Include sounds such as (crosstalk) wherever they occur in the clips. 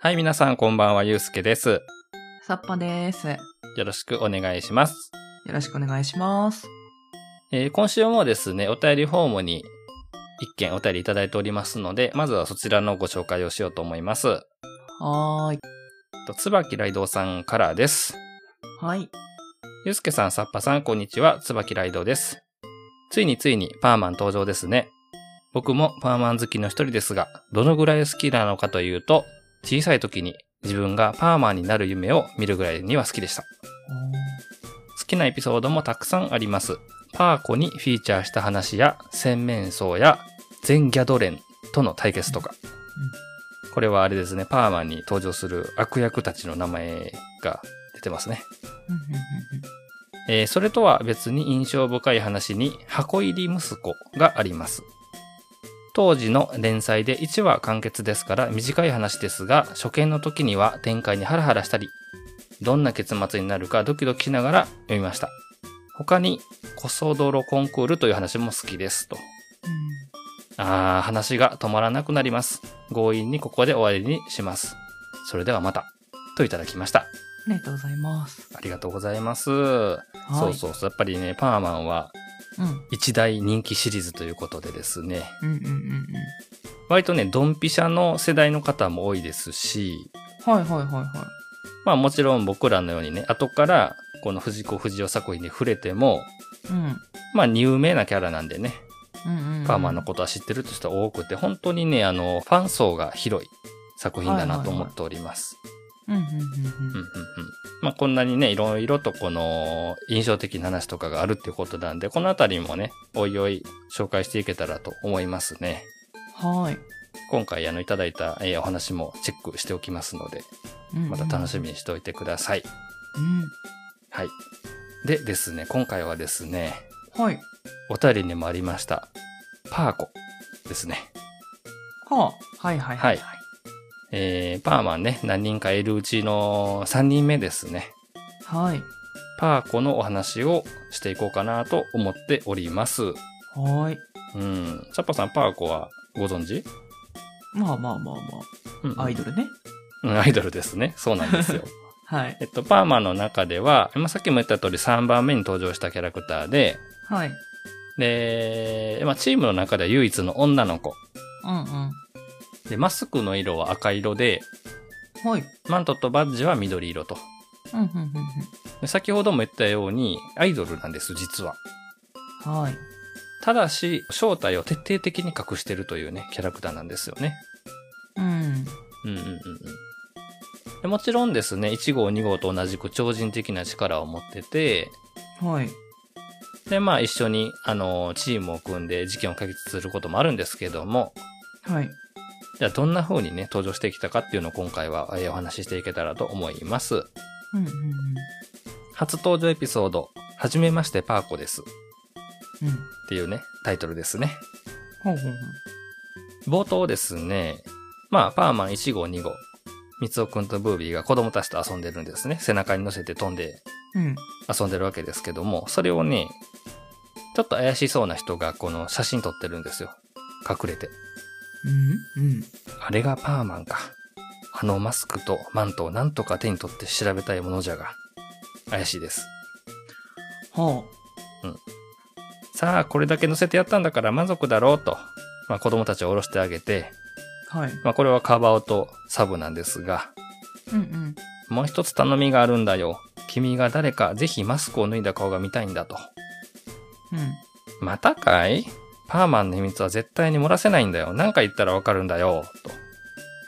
はい、皆さんこんばんは、ゆうすけです。さっぱです。よよろしくお願いします。ろしくお願いします。えー今週もですね、お便りフォームに一件お便りいただいておりますので、まずはそちらのご紹介をしようと思います。はーい。と椿ライドウさんからです。はい。ゆうすけさん、さっぱさん、こんにちは。椿ライドウです。ついについにパーマン登場ですね。僕もパーマン好きの一人ですが、どのぐらい好きなのかというと、小さい時に自分がパーマンになる夢を見るぐらいには好きでした。好きなエピソードもたくさんあります。パーコにフィーチャーした話や、洗面相や、全ギャドレンとの対決とか。これはあれですね、パーマンに登場する悪役たちの名前が出てますね。うんうんうんえーそれとは別に印象深い話に箱入り息子があります。当時の連載で1話完結ですから短い話ですが、初見の時には展開にハラハラしたり、どんな結末になるかドキドキしながら読みました。他に、コソ泥コンクールという話も好きですと。あー、話が止まらなくなります。強引にここで終わりにします。それではまた。といただきました。ありがとうございます。ありがとうございます。そうそうそう。やっぱりね、パーマンはう。うん。一大人気シリーズということでですね。うんうんうん割とね、ドンピシャの世代の方も多いですし、うん。はいはいはいはまあもちろん僕らのようにね、後からこの藤子不二雄作品に触れても、い。うん。まあ有名なキャラなんでね、うんうんうん。パーマンのことは知ってるという人は多くて、本当にね、あの、ファン層が広い作品だなと思っております。うんうんうんううんうんん。うんまあこんなにね、いろいろとこの印象的な話とかがあるっていうことなんで、このあたりもね、おいおい紹介していけたらと思いますね。はい。今回あのいただいた、えーお話もチェックしておきますので、うんうんまた楽しみにしておいてください。うん。はい。でですね、今回はですね、はい。お便りにもありました、パーコですね。はあ。はいはいはい。えー、パーマンね、何人かいるうちの3人目ですね。はい。パーコのお話をしていこうかなと思っております。はい。うん。サッパさん、パーコはご存知、まあまあまあまうんあ。アイドルね。うんアイドルですね。そうなんですよ。はい。えっと、パーマの中では、まあ、さっきも言った通り3番目に登場したキャラクターで、はい。で、まあ、チームの中では唯一の女の子。うんうん。で、マスクの色は赤色で、はい。マントとバッジは緑色と。うんうんうんで先ほども言ったように、アイドルなんです、実は。うん。はい。ただし、正体を徹底的に隠してるというね、キャラクターなんですよね。うん。うんうんうんうんで。もちろんですね、1号、2号と同じく超人的な力を持ってて、はい。で、まあ一緒に、あの、チームを組んで事件を解決することもあるんですけども、はい。じゃあどんな風にね、登場してきたかっていうのを今回はえーお話ししていけたらと思います。うんうんうん。初登場エピソード、はじめましてパーコですっうん。ていうね、タイトルですね。ほうほうほう。冒頭ですね、まあパーマン1号2号、三つおくんとブービーが子供たちと遊んでるんですね。背中に乗せて飛んでうん。遊んでるわけですけども、それをね、ちょっと怪しそうな人がこの写真撮ってるんですよ。隠れて。うんうん。あれがパーマンか。あのマスクとマントをなんとか手に取って調べたいものじゃが、怪しいです。はさあ、これだけ乗せてやったんだから満足だろうと、まあ子供たちを下ろしてあげて、あ。はい。まあこれはカバオとサブなんですが、うんうん。もう一つ頼みがあるんだよ。君が誰かぜひマスクを脱いだ顔が見たいんだと。うん。またかいパーマンの秘密は絶対に漏らせないんだよ。なんか言ったらわかるんだよ。と。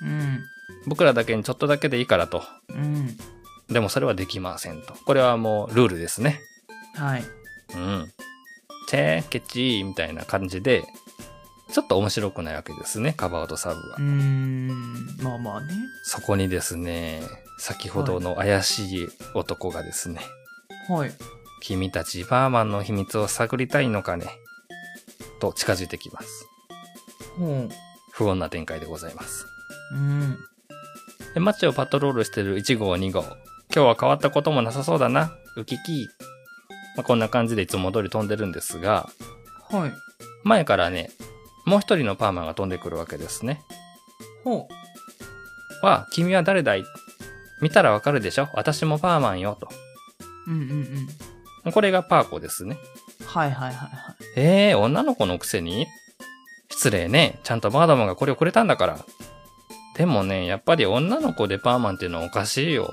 うん。僕らだけにちょっとだけでいいからと。うん。でもそれはできませんと。これはもうルールですね。はい。うん。てーケチーみたいな感じで、ちょっと面白くないわけですね、カバーとサブはうー。ん。まあまあね。そこにですね、先ほどの怪しい男がですね、はい。君たちバーマンの秘密を探りたいのかね、と近づいてきます。ほ不穏な展開でございます。う。うん。で街をパトロールしてる1号2号。今日は変わったこともなさそうだな。ウキキ。まあ、こんな感じでいつも通り飛んでるんですが、はい。前からね、もう一人のパーマンが飛んでくるわけですね。ほは、君は誰だい見たらわかるでしょ私もパーマンよ、うんうんうん。と。これがパーコですね。はいはいはいはえー、女の子のくせに失礼ね。ちゃんとマダムがこれをくれたんだから。でもね、やっぱり女の子でパーマンっていうのはおかしいよ。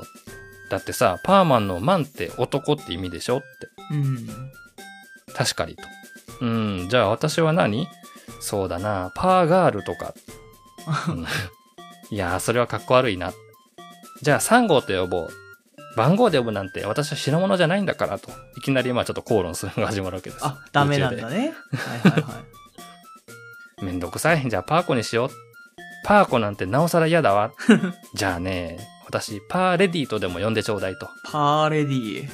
だってさ、パーマンのマンって男って意味でしょって。い。うん。確かにと。うん、じゃあ私は何そうだな、パーガールとか。うんいやー、それはかっこ悪いな。じゃあ3号と呼ぼう。番号で呼ぶなんて私は品物じゃないんだからと。いきなりまあちょっと口論するのが始まるわけです。あ、ダメなんだね。はいはいはい。めんどくさい。じゃあパーコにしよう。パーコなんてなおさら嫌だわ。じゃあね、私、パーレディーとでも呼んでちょうだいと。パーレディー。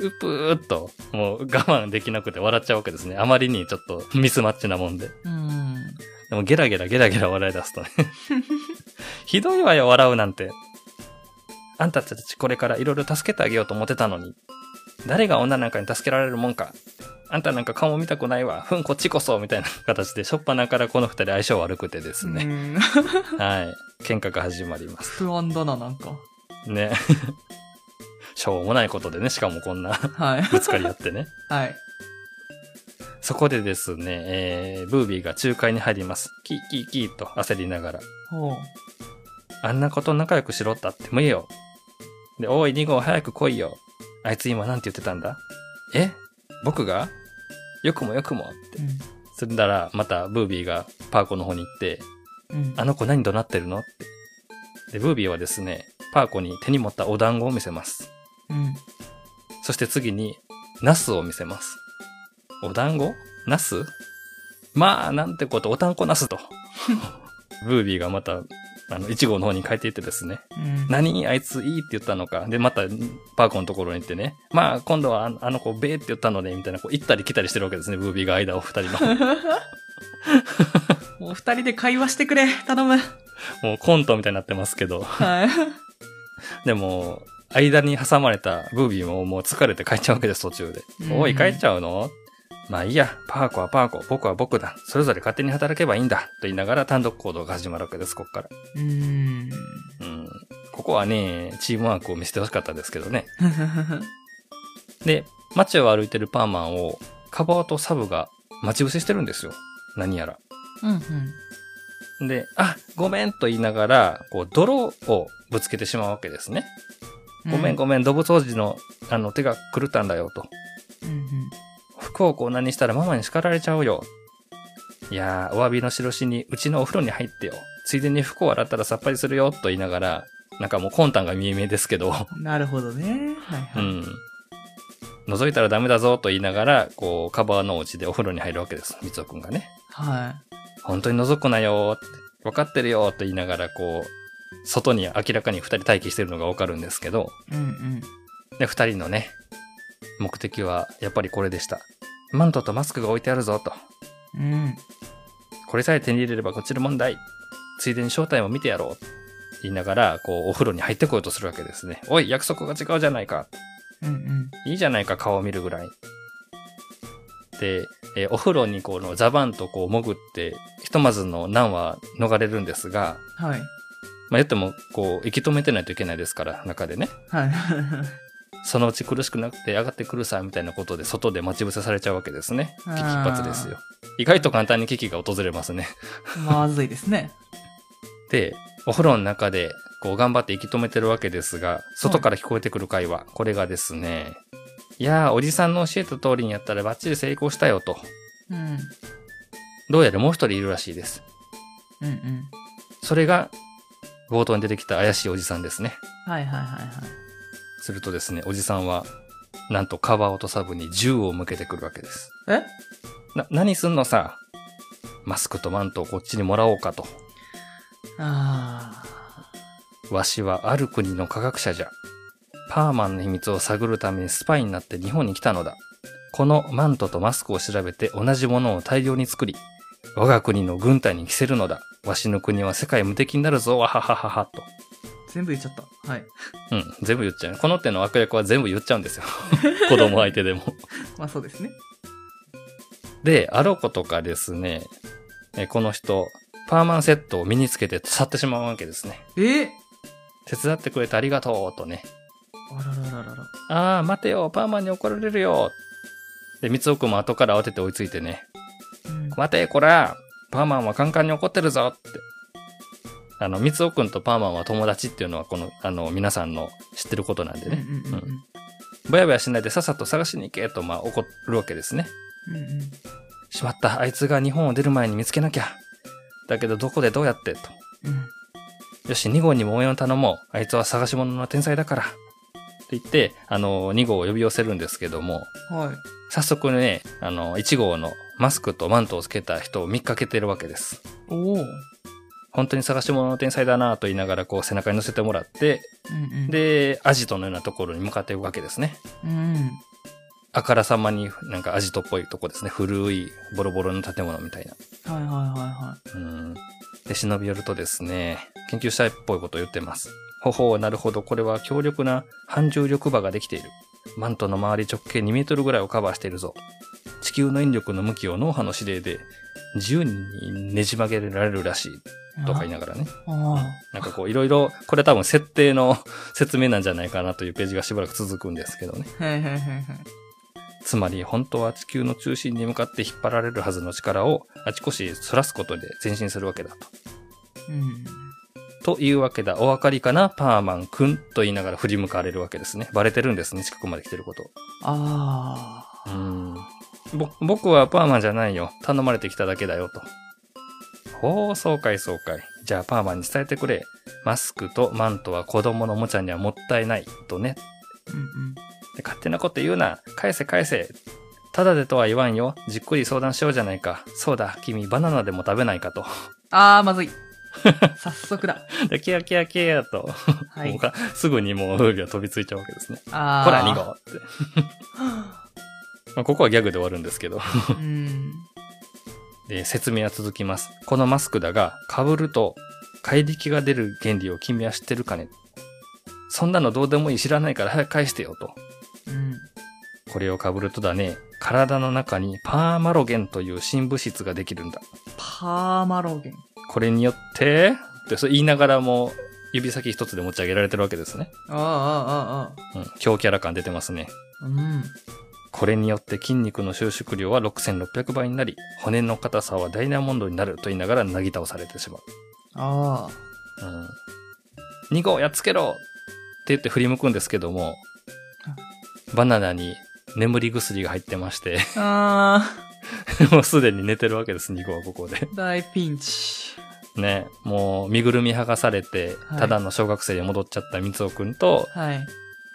うぷーっと、もう我慢できなくて笑っちゃうわけですね。あまりにちょっとミスマッチなもんで。うん。でもゲラゲラゲラゲラ笑い出すとね。 (laughs) ひどいわよ、笑うなんて。あんたたちこれからいろいろ助けてあげようと思ってたのに。誰が女なんかに助けられるもんか。あんたなんか顔も見たくないわ。ふん、こっちこそ。みたいな形で、しょっぱなからこの二人相性悪くてですね。うん。はい。喧嘩が始まります。不安だな、なんか。ね。 (laughs) しょうもないことでね、しかもこんな (laughs) はい。ぶつかり合ってね。はい。そこでですね、えー、ブービーが仲介に入ります。キーキーキーと焦りながら。ほう。あんなこと仲良くしろったって無理よ。で、おい、2号早く来いよ。あいつ今なんて言ってたんだえ僕がよくもよくもって。それなら、またブービーがパーコの方に行って、うん。うん。あの子何怒鳴ってるのって。で、ブービーはですね、パーコに手に持ったお団子を見せます。うん。そして次に、ナスを見せます。お団子ナスまあ、なんてこと、お団子ナスと。 (laughs) ブービーがまた、あの、1号の方に帰っていってですね。うん。何あいついいって言ったのか。で、また、パーコのところに行ってね。まあ、今度はあのあの子、べーって言ったのね、みたいな、こう、行ったり来たりしてるわけですね、ブービーが間を二人 (laughs) の。もう二人で会話してくれ。頼む。もうコントみたいになってますけど。はい。でも、間に挟まれたブービーももう疲れて帰っちゃうわけです、途中で。うんおい、帰っちゃうのまあいいや、パーコはパーコ、僕は僕だ。それぞれ勝手に働けばいいんだ。と言いながら単独行動が始まるわけです、こっから。うん。うん。ここはね、チームワークを見せてほしかったですけどね。で、街を歩いてるパーマンを、カバーとサブが待ち伏せしてるんですよ。何やら。うんうん。で、あ、ごめんと言いながら、こう、泥をぶつけてしまうわけですね。ごめんごめん、動物王子の、あの、手が狂ったんだよ、と。めん。うんうん。服をこう何したらママに叱られちゃうよ。いやー、お詫びの印に、うちのお風呂に入ってよ。ついでに服を洗ったらさっぱりするよ、と言いながら、なんかもう魂胆が見え見えですけど、なるほどね。はいはうい。ん。覗いたらダメだぞと言いながら、こう、カバーのお家でお風呂に入るわけです。みつおくんがね。は本当に覗くなよって、わかってるよと言いながら、こう、外に明らかに二人待機してるのがわかるんですけど、い。うんうん。で、二人のね、目的はやっぱりこれでした。マントとマスクが置いてあるぞと。うん。これさえ手に入れればこっちの問題。ついでに正体も見てやろう。って言いながら、こう、お風呂に入ってこようとするわけですね。おい、約束が違うじゃないか。うんいいじゃないか、顔を見るぐらい。で、えーお風呂にこのザバンとこう潜って、ひとまずの難は逃れるんですが、うん。はい。まあ、言っても、こう、息止めてないといけないですから、中でね。はい。そのうち苦しくなくて上がってくるさ、みたいなことで、外で待ち伏せされちゃうわけですね。危機一髪ですよ。意外と簡単に危機が訪れますね。まずいですね。で、お風呂の中で、こう頑張って息止めてるわけですが、外から聞こえてくる会話、これがですね、いやー、おじさんの教えた通りにやったらバッチリ成功したよと。うん。うんどうやらもう一人いるらしいです。うん。それが、冒頭に出てきた怪しいおじさんですね。はいはいはいはい。するとですね、おじさんは、なんとカバオとサブに銃を向けてくるわけです。えな、何すんのさマスクとマントをこっちにもらおうかと。あわしはある国の科学者じゃ。パーマンの秘密を探るためにスパイになって日本に来たのだ。このマントとマスクを調べて同じものを大量に作り、我が国の軍隊に着せるのだ。わしの国は世界無敵になるぞ、わはははは、と。ー。全部言っちゃった。はい。うん、全部言っちゃう。この手の悪役は全部言っちゃうんですよ。 (laughs) 子供相手でも。まあそうですね。で、あろうことかですね、えこの人、パーマンセットを身につけて去ってしまうわけですね。え手伝ってくれてありがとうとね。あらららららら。ああ、待てよ、パーマンに怒られるよ。で、三つ奥も後から慌てて追いついてね。うん待て、こらパーマンはカンカンに怒ってるぞって。あの、三つ奥くんとパーマンは友達っていうのは、この、あの、皆さんの知ってることなんでうんうね。んうんうんぼやぼやしないでさっさと探しに行けと、まあ、怒るわけですね。うんうんしまった、あいつが日本を出る前に見つけなきゃ。だけど、どこでどうやってと。うんよし、2号にも応援を頼もう。あいつは探し物の天才だから。って言って、あの、2号を呼び寄せるんですけども、はい。早速ね、あの、1号のマスクとマントをつけた人を見かけてるわけです。おお。うん本当に探し物の天才だなぁと言いながら、こう背中に乗せてもらって、うん。、で、アジトのようなところに向かっていくわけですね。うん。あからさまになんかアジトっぽいとこですね。古いボロボロの建物みたいな。はいはいはうん。で、忍び寄るとですね、研究者っぽいことを言ってます。ほほう、なるほど。これは強力な反重力場ができている。マントの周り直径2メートルぐらいをカバーしているぞ。地球の引力の向きを脳波の指令で自由にねじ曲げられるらしい。いはい。とか言いながらね。ああ。なんかこういろいろ、これ多分設定の説明なんじゃないかなというページがしばらく続くんですけどね。へいへいへいへい。つまり本当は地球の中心に向かって引っ張られるはずの力をあちこち反らすことで前進するわけだと。うん。というわけだ。お分かりかなパーマンくんと言いながら振り向かれるわけですね。バレてるんですね。近くまで来てること。あうーん。ぼ、僕はパーマンじゃないよ。頼まれてきただけだよと。ほう、そうかいそうかい。じゃあパーマンに伝えてくれ。マスクとマントは子供のおもちゃにはもったいない。とね。あ。うんうん。で勝手なこと言うな。返せ返せ。ただでとは言わんよ。じっくり相談しようじゃないか。そうだ、君、バナナでも食べないかと。 (laughs) ああ、まずい。早速だ。でキヤキヤキヤと。はいもう。かすぐにもう、が飛びついちゃうわけですね。ああ。ほら、2号 (laughs) って。まあ、ここはギャグで終わるんですけど。 (laughs) うん。で、説明は続きます。このマスクだが、被ると、怪力が出る原理を君は知ってるかねそんなのどうでもいい知らないから早く返してよと。うん。これを被るとだね、体の中にパーマロゲンという新物質ができるんだ。パーマロゲン。これによって、ってそう言いながらも、指先一つで持ち上げられてるわけですね。ああ、ああ、あうん、強キャラ感出てますね。あ。うん。これによって筋肉の収縮量は6600倍になり、骨の硬さはダイナモンドになると言いながらなぎ倒されてしまう。ああ。うん。2号やっつけろって言って振り向くんですけどもあ、バナナに眠り薬が入ってまして、 (laughs) あもうすでに寝てるわけです、2号はここで。あ、大ピンチ。ね、もう身ぐるみ剥がされて、はいただの小学生に戻っちゃった三尾くんと、はい。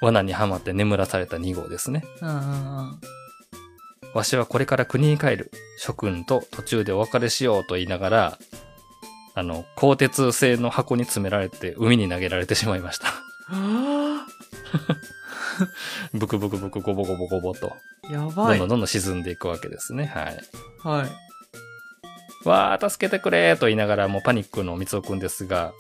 罠にはまって眠らされた2号ですね。うんうんうん。わしはこれから国に帰る。諸君と途中でお別れしようと言いながら、あの、鋼鉄製の箱に詰められて海に投げられてしまいました。 (laughs) あブクブクブクゴボゴボゴボと、あ、やどばんいどん。どんどん沈んでいくわけですね。はい。はい。わー、助けてくれーと言いながらもうパニックの三尾くんですが、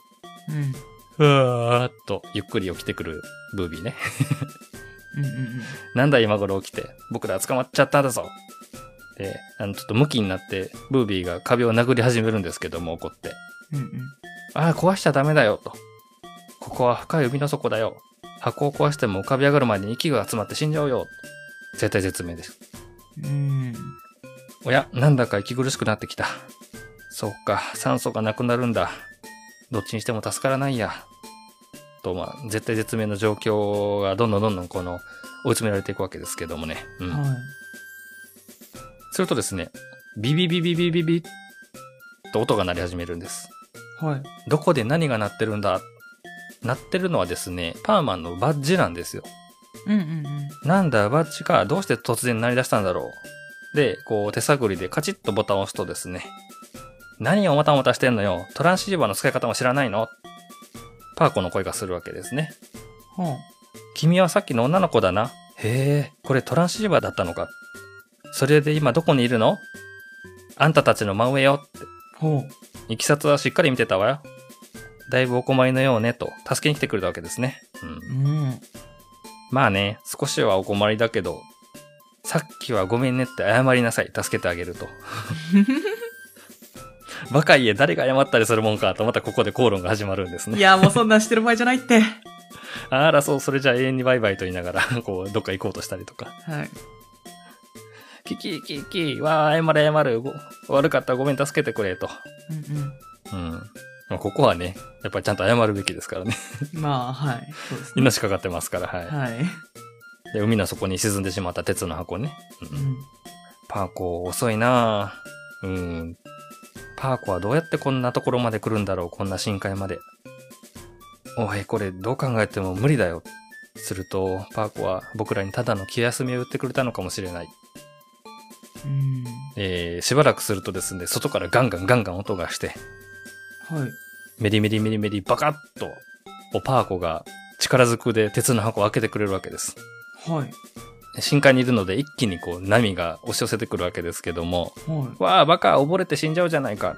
うん。うわーっとゆっくり起きてくるブービーね。 (laughs) うんうんうん。なんだ今頃起きて、僕ら捕まっちゃったんだぞ。で、あの、ちょっとムキになって、ブービーが壁を殴り始めるんですけども怒って。うんうん。ああ、壊しちゃダメだよ、と。ここは深い海の底だよ。箱を壊しても浮かび上がる前に息が集まって死んじゃうよ。絶対絶命です。うん。おや、なんだか息苦しくなってきた。そうか、酸素がなくなるんだ。どっちにしても助からないや。と、まあ、絶対絶命の状況がどんどんどんどんこの、追い詰められていくわけですけどもね。うん。はするとですね、ビビビビビビビッと音が鳴り始めるんです。い。はい。どこで何が鳴ってるんだ鳴ってるのはですね、パーマンのバッジなんですよ。うんうんうん。なんだ、バッジか、どうして突然鳴り出したんだろう。で、こう手探りでカチッとボタンを押すとですね、何をもたもたしてんのよ、トランシーバーの使い方も知らないのパーコの声がするわけですね。は君はさっきの女の子だな。へえ、これトランシーバーだったのか。それで今どこにいるのあんたたちの真上よって。あ。ほう。いきさつはしっかり見てたわよ。だいぶお困りのようねと、助けに来てくれたわけですね。うん。うん。まあね、少しはお困りだけど、 (laughs) さっきはごめんねって謝りなさい。助けてあげると。バカ家誰が謝ったりするもんかと、またここで口論が始まるんですいね。や、もうそんなんしてる場合じゃないって。あら、そう、それじゃあ永遠にバイバイと言いながら、こう、どっか行こうとしたりとか。はい。キキキキ、わあ、謝れ謝れ、ご悪かったごめん助けてくれと。うんうん。まあ、ここはね、やっぱりちゃんと謝るべきですからね。 (laughs) うん。まあ、はい。そうですね。命かかってますから、はい。はい。で海の底に沈んでしまった鉄の箱ね。ううんん。パーコ遅いなぁ。うん。パーコはどうやってこんなところまで来るんだろう、こんな深海まで。おい、これどう考えても無理だよ。すると、パーコは僕らにただの気休みを言ってくれたのかもしれない。うん。えー、しばらくするとですね、外からガンガンガンガン音がして、はい。メリメリメリメリバカッと、おパーコが力ずくで鉄の箱を開けてくれるわけです。はい。深海にいるので一気にこう波が押し寄せてくるわけですけども、はわあ、バカ、溺れて死んじゃうじゃないか。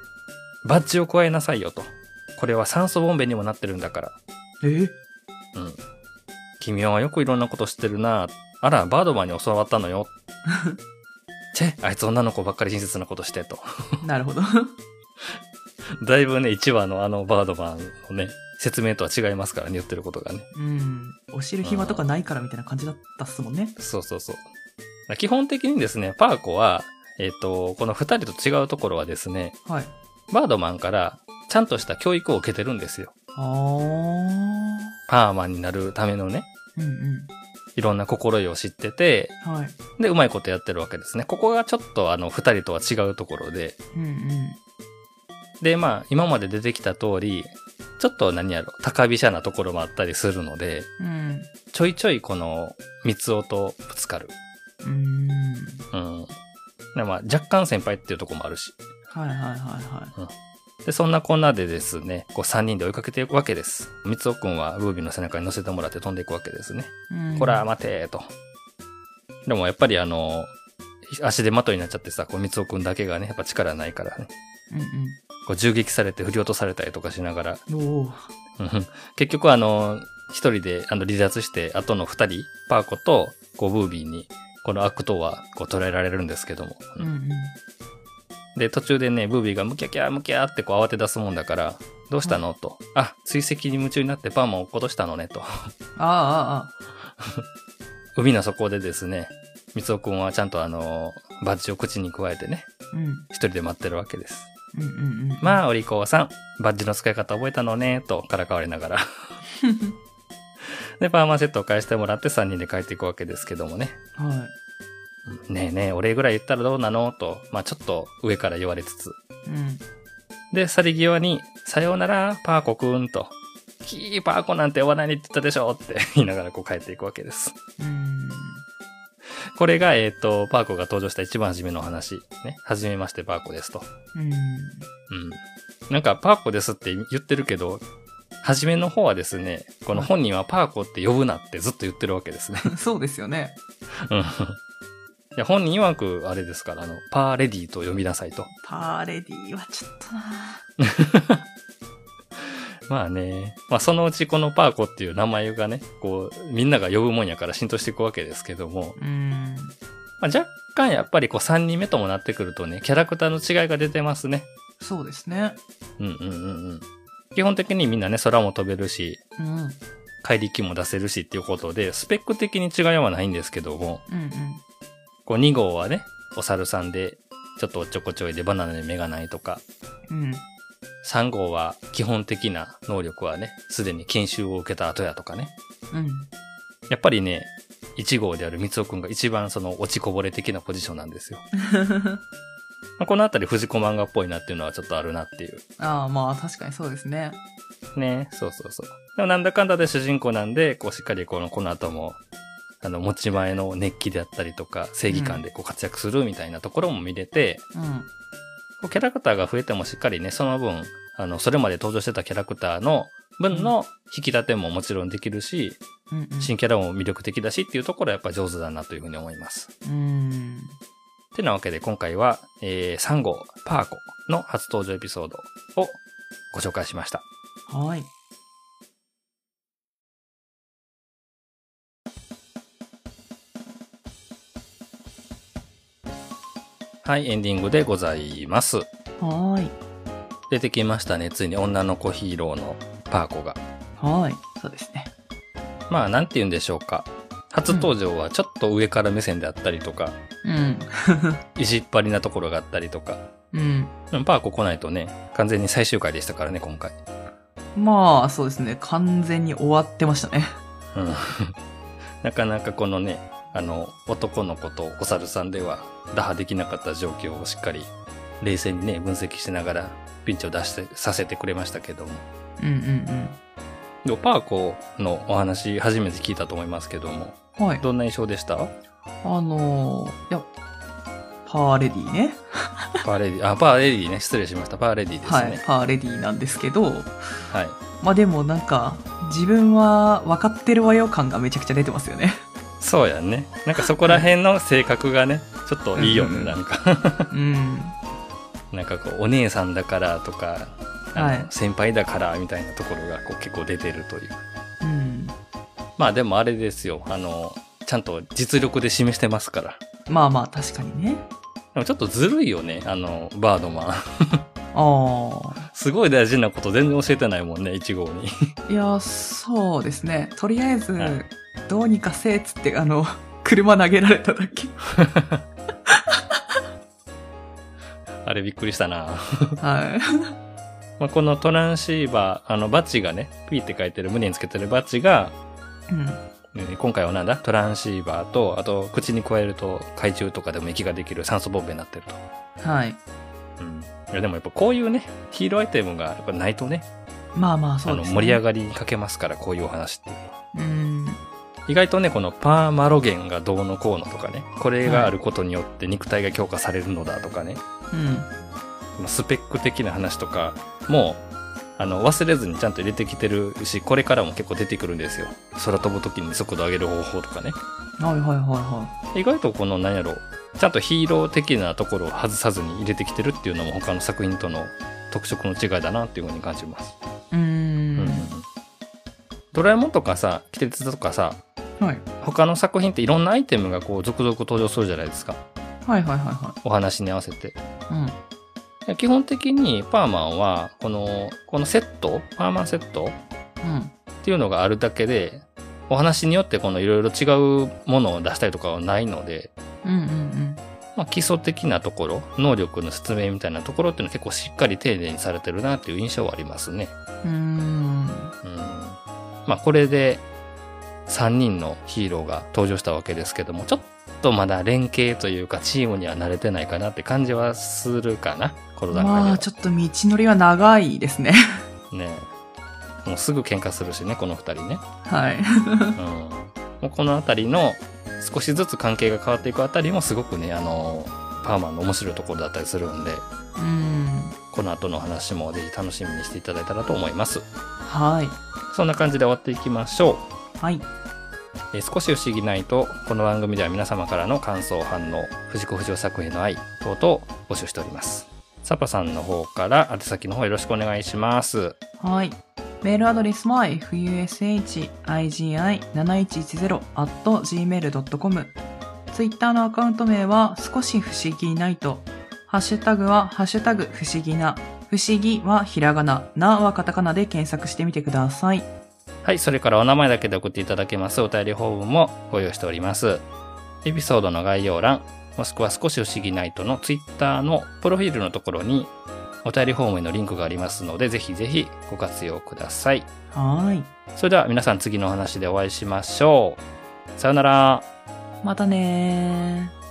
バッジを加えなさいよと。これは酸素ボンベにもなってるんだから。い。え (laughs) うん。君はよくいろんなこと知ってるな。あら、バードマンに教わったのよ。チェ、あいつ女の子ばっかり親切なことしてと。なるほど。だいぶね、1話のあのバードマンのね、説明とは違いますからね、言ってることがね。うん。教える暇とかないからみたいな感じだったっすもんね。そうそうそう。だから基本的にですね、パーコは、えっ、と、この2人と違うところはですね、はい。バードマンからちゃんとした教育を受けてるんですよ。ああ。パーマンになるためのね、うんうん。いろんな心得を知ってて、はい。で、うまいことやってるわけですね。ここがちょっとあの、二人とは違うところで。うんうん。で、まあ、今まで出てきた通り、ちょっと何やろ、高飛車なところもあったりするので、うん。ちょいちょいこの、三つとぶつかる。うん。うん。でまあ、若干先輩っていうところもあるし。はいはいはいはで、そんなこんなでですね、こう三人で追いかけていくわけです。三つくんはブービーの背中に乗せてもらって飛んでいくわけですね。い。うん、こら、待てーと。でもやっぱりあの、足で的になっちゃってさ、こう、三尾くんだけがね、やっぱ力ないからね。うんこう、銃撃されて振り落とされたりとかしながら、うん。おお。うんうん結局あの、一人であの離脱して、あとの二人、パーコと、こう、ブービーに、この悪党は、こう、捉えられるんですけども。うんうん。で、途中でね、ブービーがムキャキャームキャーってこう、慌て出すもんだから、どうしたのと。あ、追跡に夢中になってパーマンを落っことしたのね、と。ああああ。海の底でですね、三尾くんはちゃんとあの、バッジを口に加えてね、うん。一人で待ってるわけです。うんうんうん。まあ。あ、お利口さん、バッジの使い方覚えたのね、とからかわれながら。で、パーマセットを返してもらって3人で帰っていくわけですけどもね。はねえねえ、お礼ぐらい言ったらどうなのと、まあちょっと上から言われつつ。い。うん。で、去り際に、さようなら、パーコくんと。キーパーコなんて呼ばないって言ったでしょって言いながらこう帰っていくわけです。うん。これが、えっ、と、パーコが登場した一番初めのお話。ね。はじめまして、パーコですと。ううん。ん。なんか、パーコですって言ってるけど、初めの方はですね、この本人はパーコって呼ぶなってずっと言ってるわけですね。 (laughs) そうですよね。うん。いや、本人曰く、あれですから、あの、パーレディーと呼びなさいと。パーレディーはちょっとな。まあね、まあそのうちこのパーコっていう名前がね、こう、みんなが呼ぶもんやから浸透していくわけですけども、うん。まあ、若干やっぱりこう3人目ともなってくるとね、キャラクターの違いが出てますね。そうですね。うんうんうんうん。基本的にみんなね、空も飛べるし、うん。うん怪力も出せるしっていうことで、スペック的に違いはないんですけども、うん。こう2号はね、お猿さんで、ちょっとおっちょこちょいでバナナに目がないとか、うん。 3号は基本的な能力はね、すでに研修を受けた後やとかね。うん。 (laughs) やっぱりね、1号である三尾くんが一番その落ちこぼれ的なポジションなんですよ。まあこのあたり藤子漫画っぽいなっていうのはちょっとあるなっていう。ああ、まあ確かにそうですね。ね、そうそうそう。でもなんだかんだで主人公なんで、こうしっかりこの、この後も、あの、持ち前の熱気であったりとか、正義感でこう活躍するみたいなところも見れて、うん。こうキャラクターが増えてもしっかりね、その分、あの、それまで登場してたキャラクターの分の引き立てももちろんできるし、うん、うん。新キャラも魅力的だしっていうところはやっぱ上手だなというふうに思います。うん。てなわけで今回は、えー、3号パーコの初登場エピソードをご紹介しました。はい。はい、エンディングでございます。はーい。出てきましたね。ついに女の子ヒーローのパーコが。はーい。そうですね。まあ、なんて言うんでしょうか。初登場はちょっと上から目線であったりとか、うん。石っ張りなところがあったりとか。うん。でもパーコ来ないとね、完全に最終回でしたからね、今回。まあ、そうですね。完全に終わってましたね。うん (laughs) なかなかこのね、あの、男の子とお猿さんでは打破できなかった状況をしっかり冷静にね、分析しながらピンチを出して、させてくれましたけども。うんうんでもパーコのお話初めて聞いたと思いますけども、うん。はい。どんな印象でしたあのー、いや、パーレディーね。パーレディ、あ、パーレディね、失礼しました。パーレディですはいね。。パーレディーなんですけど、はい。まあでもなんか、自分は分かってるわよ感がめちゃくちゃ出てますよね。そうやんね。なんかそこら辺の性格がね、ちょっといいようんうね、んなんか。うん。 (laughs) なんかこう、お姉さんだからとか、あのはい先輩だからみたいなところがこう結構出てるという。うん。まあでもあれですよ。あの、ちゃんと実力で示してますから。まあまあ、確かにね。でもちょっとずるいよね、あの、バードマン。 (laughs) あすごい大事なこと全然教えてないもんね、1号に。 (laughs) あ。いや、そうですね。とりあえず、はいどうにかせえっつって、あの、 (laughs) 車投げられただけ。あれびっくりしたな。はい。まあこのトランシーバー、あの、バチがね、P って書いてる、胸につけてるバチが、うん。えー今回はなんだトランシーバーと、あと、口に加えると、海中とかでも息ができる酸素ボンベになってると。はい。うん。いやでもやっぱこういうね、ヒーローアイテムがやっぱないとね、まあまあ、あそうの、ですね。盛り上ががりにかけますから、こういうお話っていうのは。うん。意外とねこのパーマロゲンがどうのこうのとかねこれがあることによって肉体が強化されるのだとかね、うん。スペック的な話とかもあの忘れずにちゃんと入れてきてるしこれからも結構出てくるんですよ空飛ぶ時に速度上げる方法とかねはいはいはいは意外とこの何やろちゃんとヒーロー的なところを外さずに入れてきてるっていうのも他の作品との特色の違いだなっていうふうに感じます、い。うーん。うんドラえもんとかさ「鬼鉄」とかさはい。他の作品っていろんなアイテムがこう続々登場するじゃないですかはいはいはいはお話に合わせてい。うん。基本的にパーマンはこのこのセットパーマンセットうん。っていうのがあるだけでお話によってこのいろいろ違うものを出したりとかはないので、うんうんまあ、基礎的なところ能力の説明みたいなところっていうのは結構しっかり丁寧にされてるなっていう印象はありますね。うん。うーうん。んまあこれで3人のヒーローが登場したわけですけどもちょっとまだ連携というかチームには慣れてないかなって感じはするかなこの段階では。まあ、ちょっと道のりは長いですね。ねえもうすぐ喧嘩するしねこの2人ね、はい。うん、もうこの辺りの少しずつ関係が変わっていくあたりもすごくねあのパーマンの面白いところだったりするんでうん。この後のお話もぜひ楽しみにしていただいたらと思いますはい。そんな感じで終わっていきましょうはい。えー少し不思議ないとこの番組では皆様からの感想反応藤子不二雄作品への愛等々を募集しておりますサパさんの方から宛先の方よろしくお願いしますはい。メールアドレスは fushigi7110.gmail.com。ツイッターのアカウント名は少し不思議ないと。ハッシュタグはハッシュタグ不思議な。不思議はひらがな。なはカタカナで検索してみてください。はい、それからお名前だけで送っていただけますお便りフォームもご用意しております。エピソードの概要欄、もしくは少し不思議ナイトの Twitter のプロフィールのところにお便りフォームへのリンクがありますので、ぜひぜひご活用ください。はい。それでは皆さん次のお話でお会いしましょう。さようなら。またねー。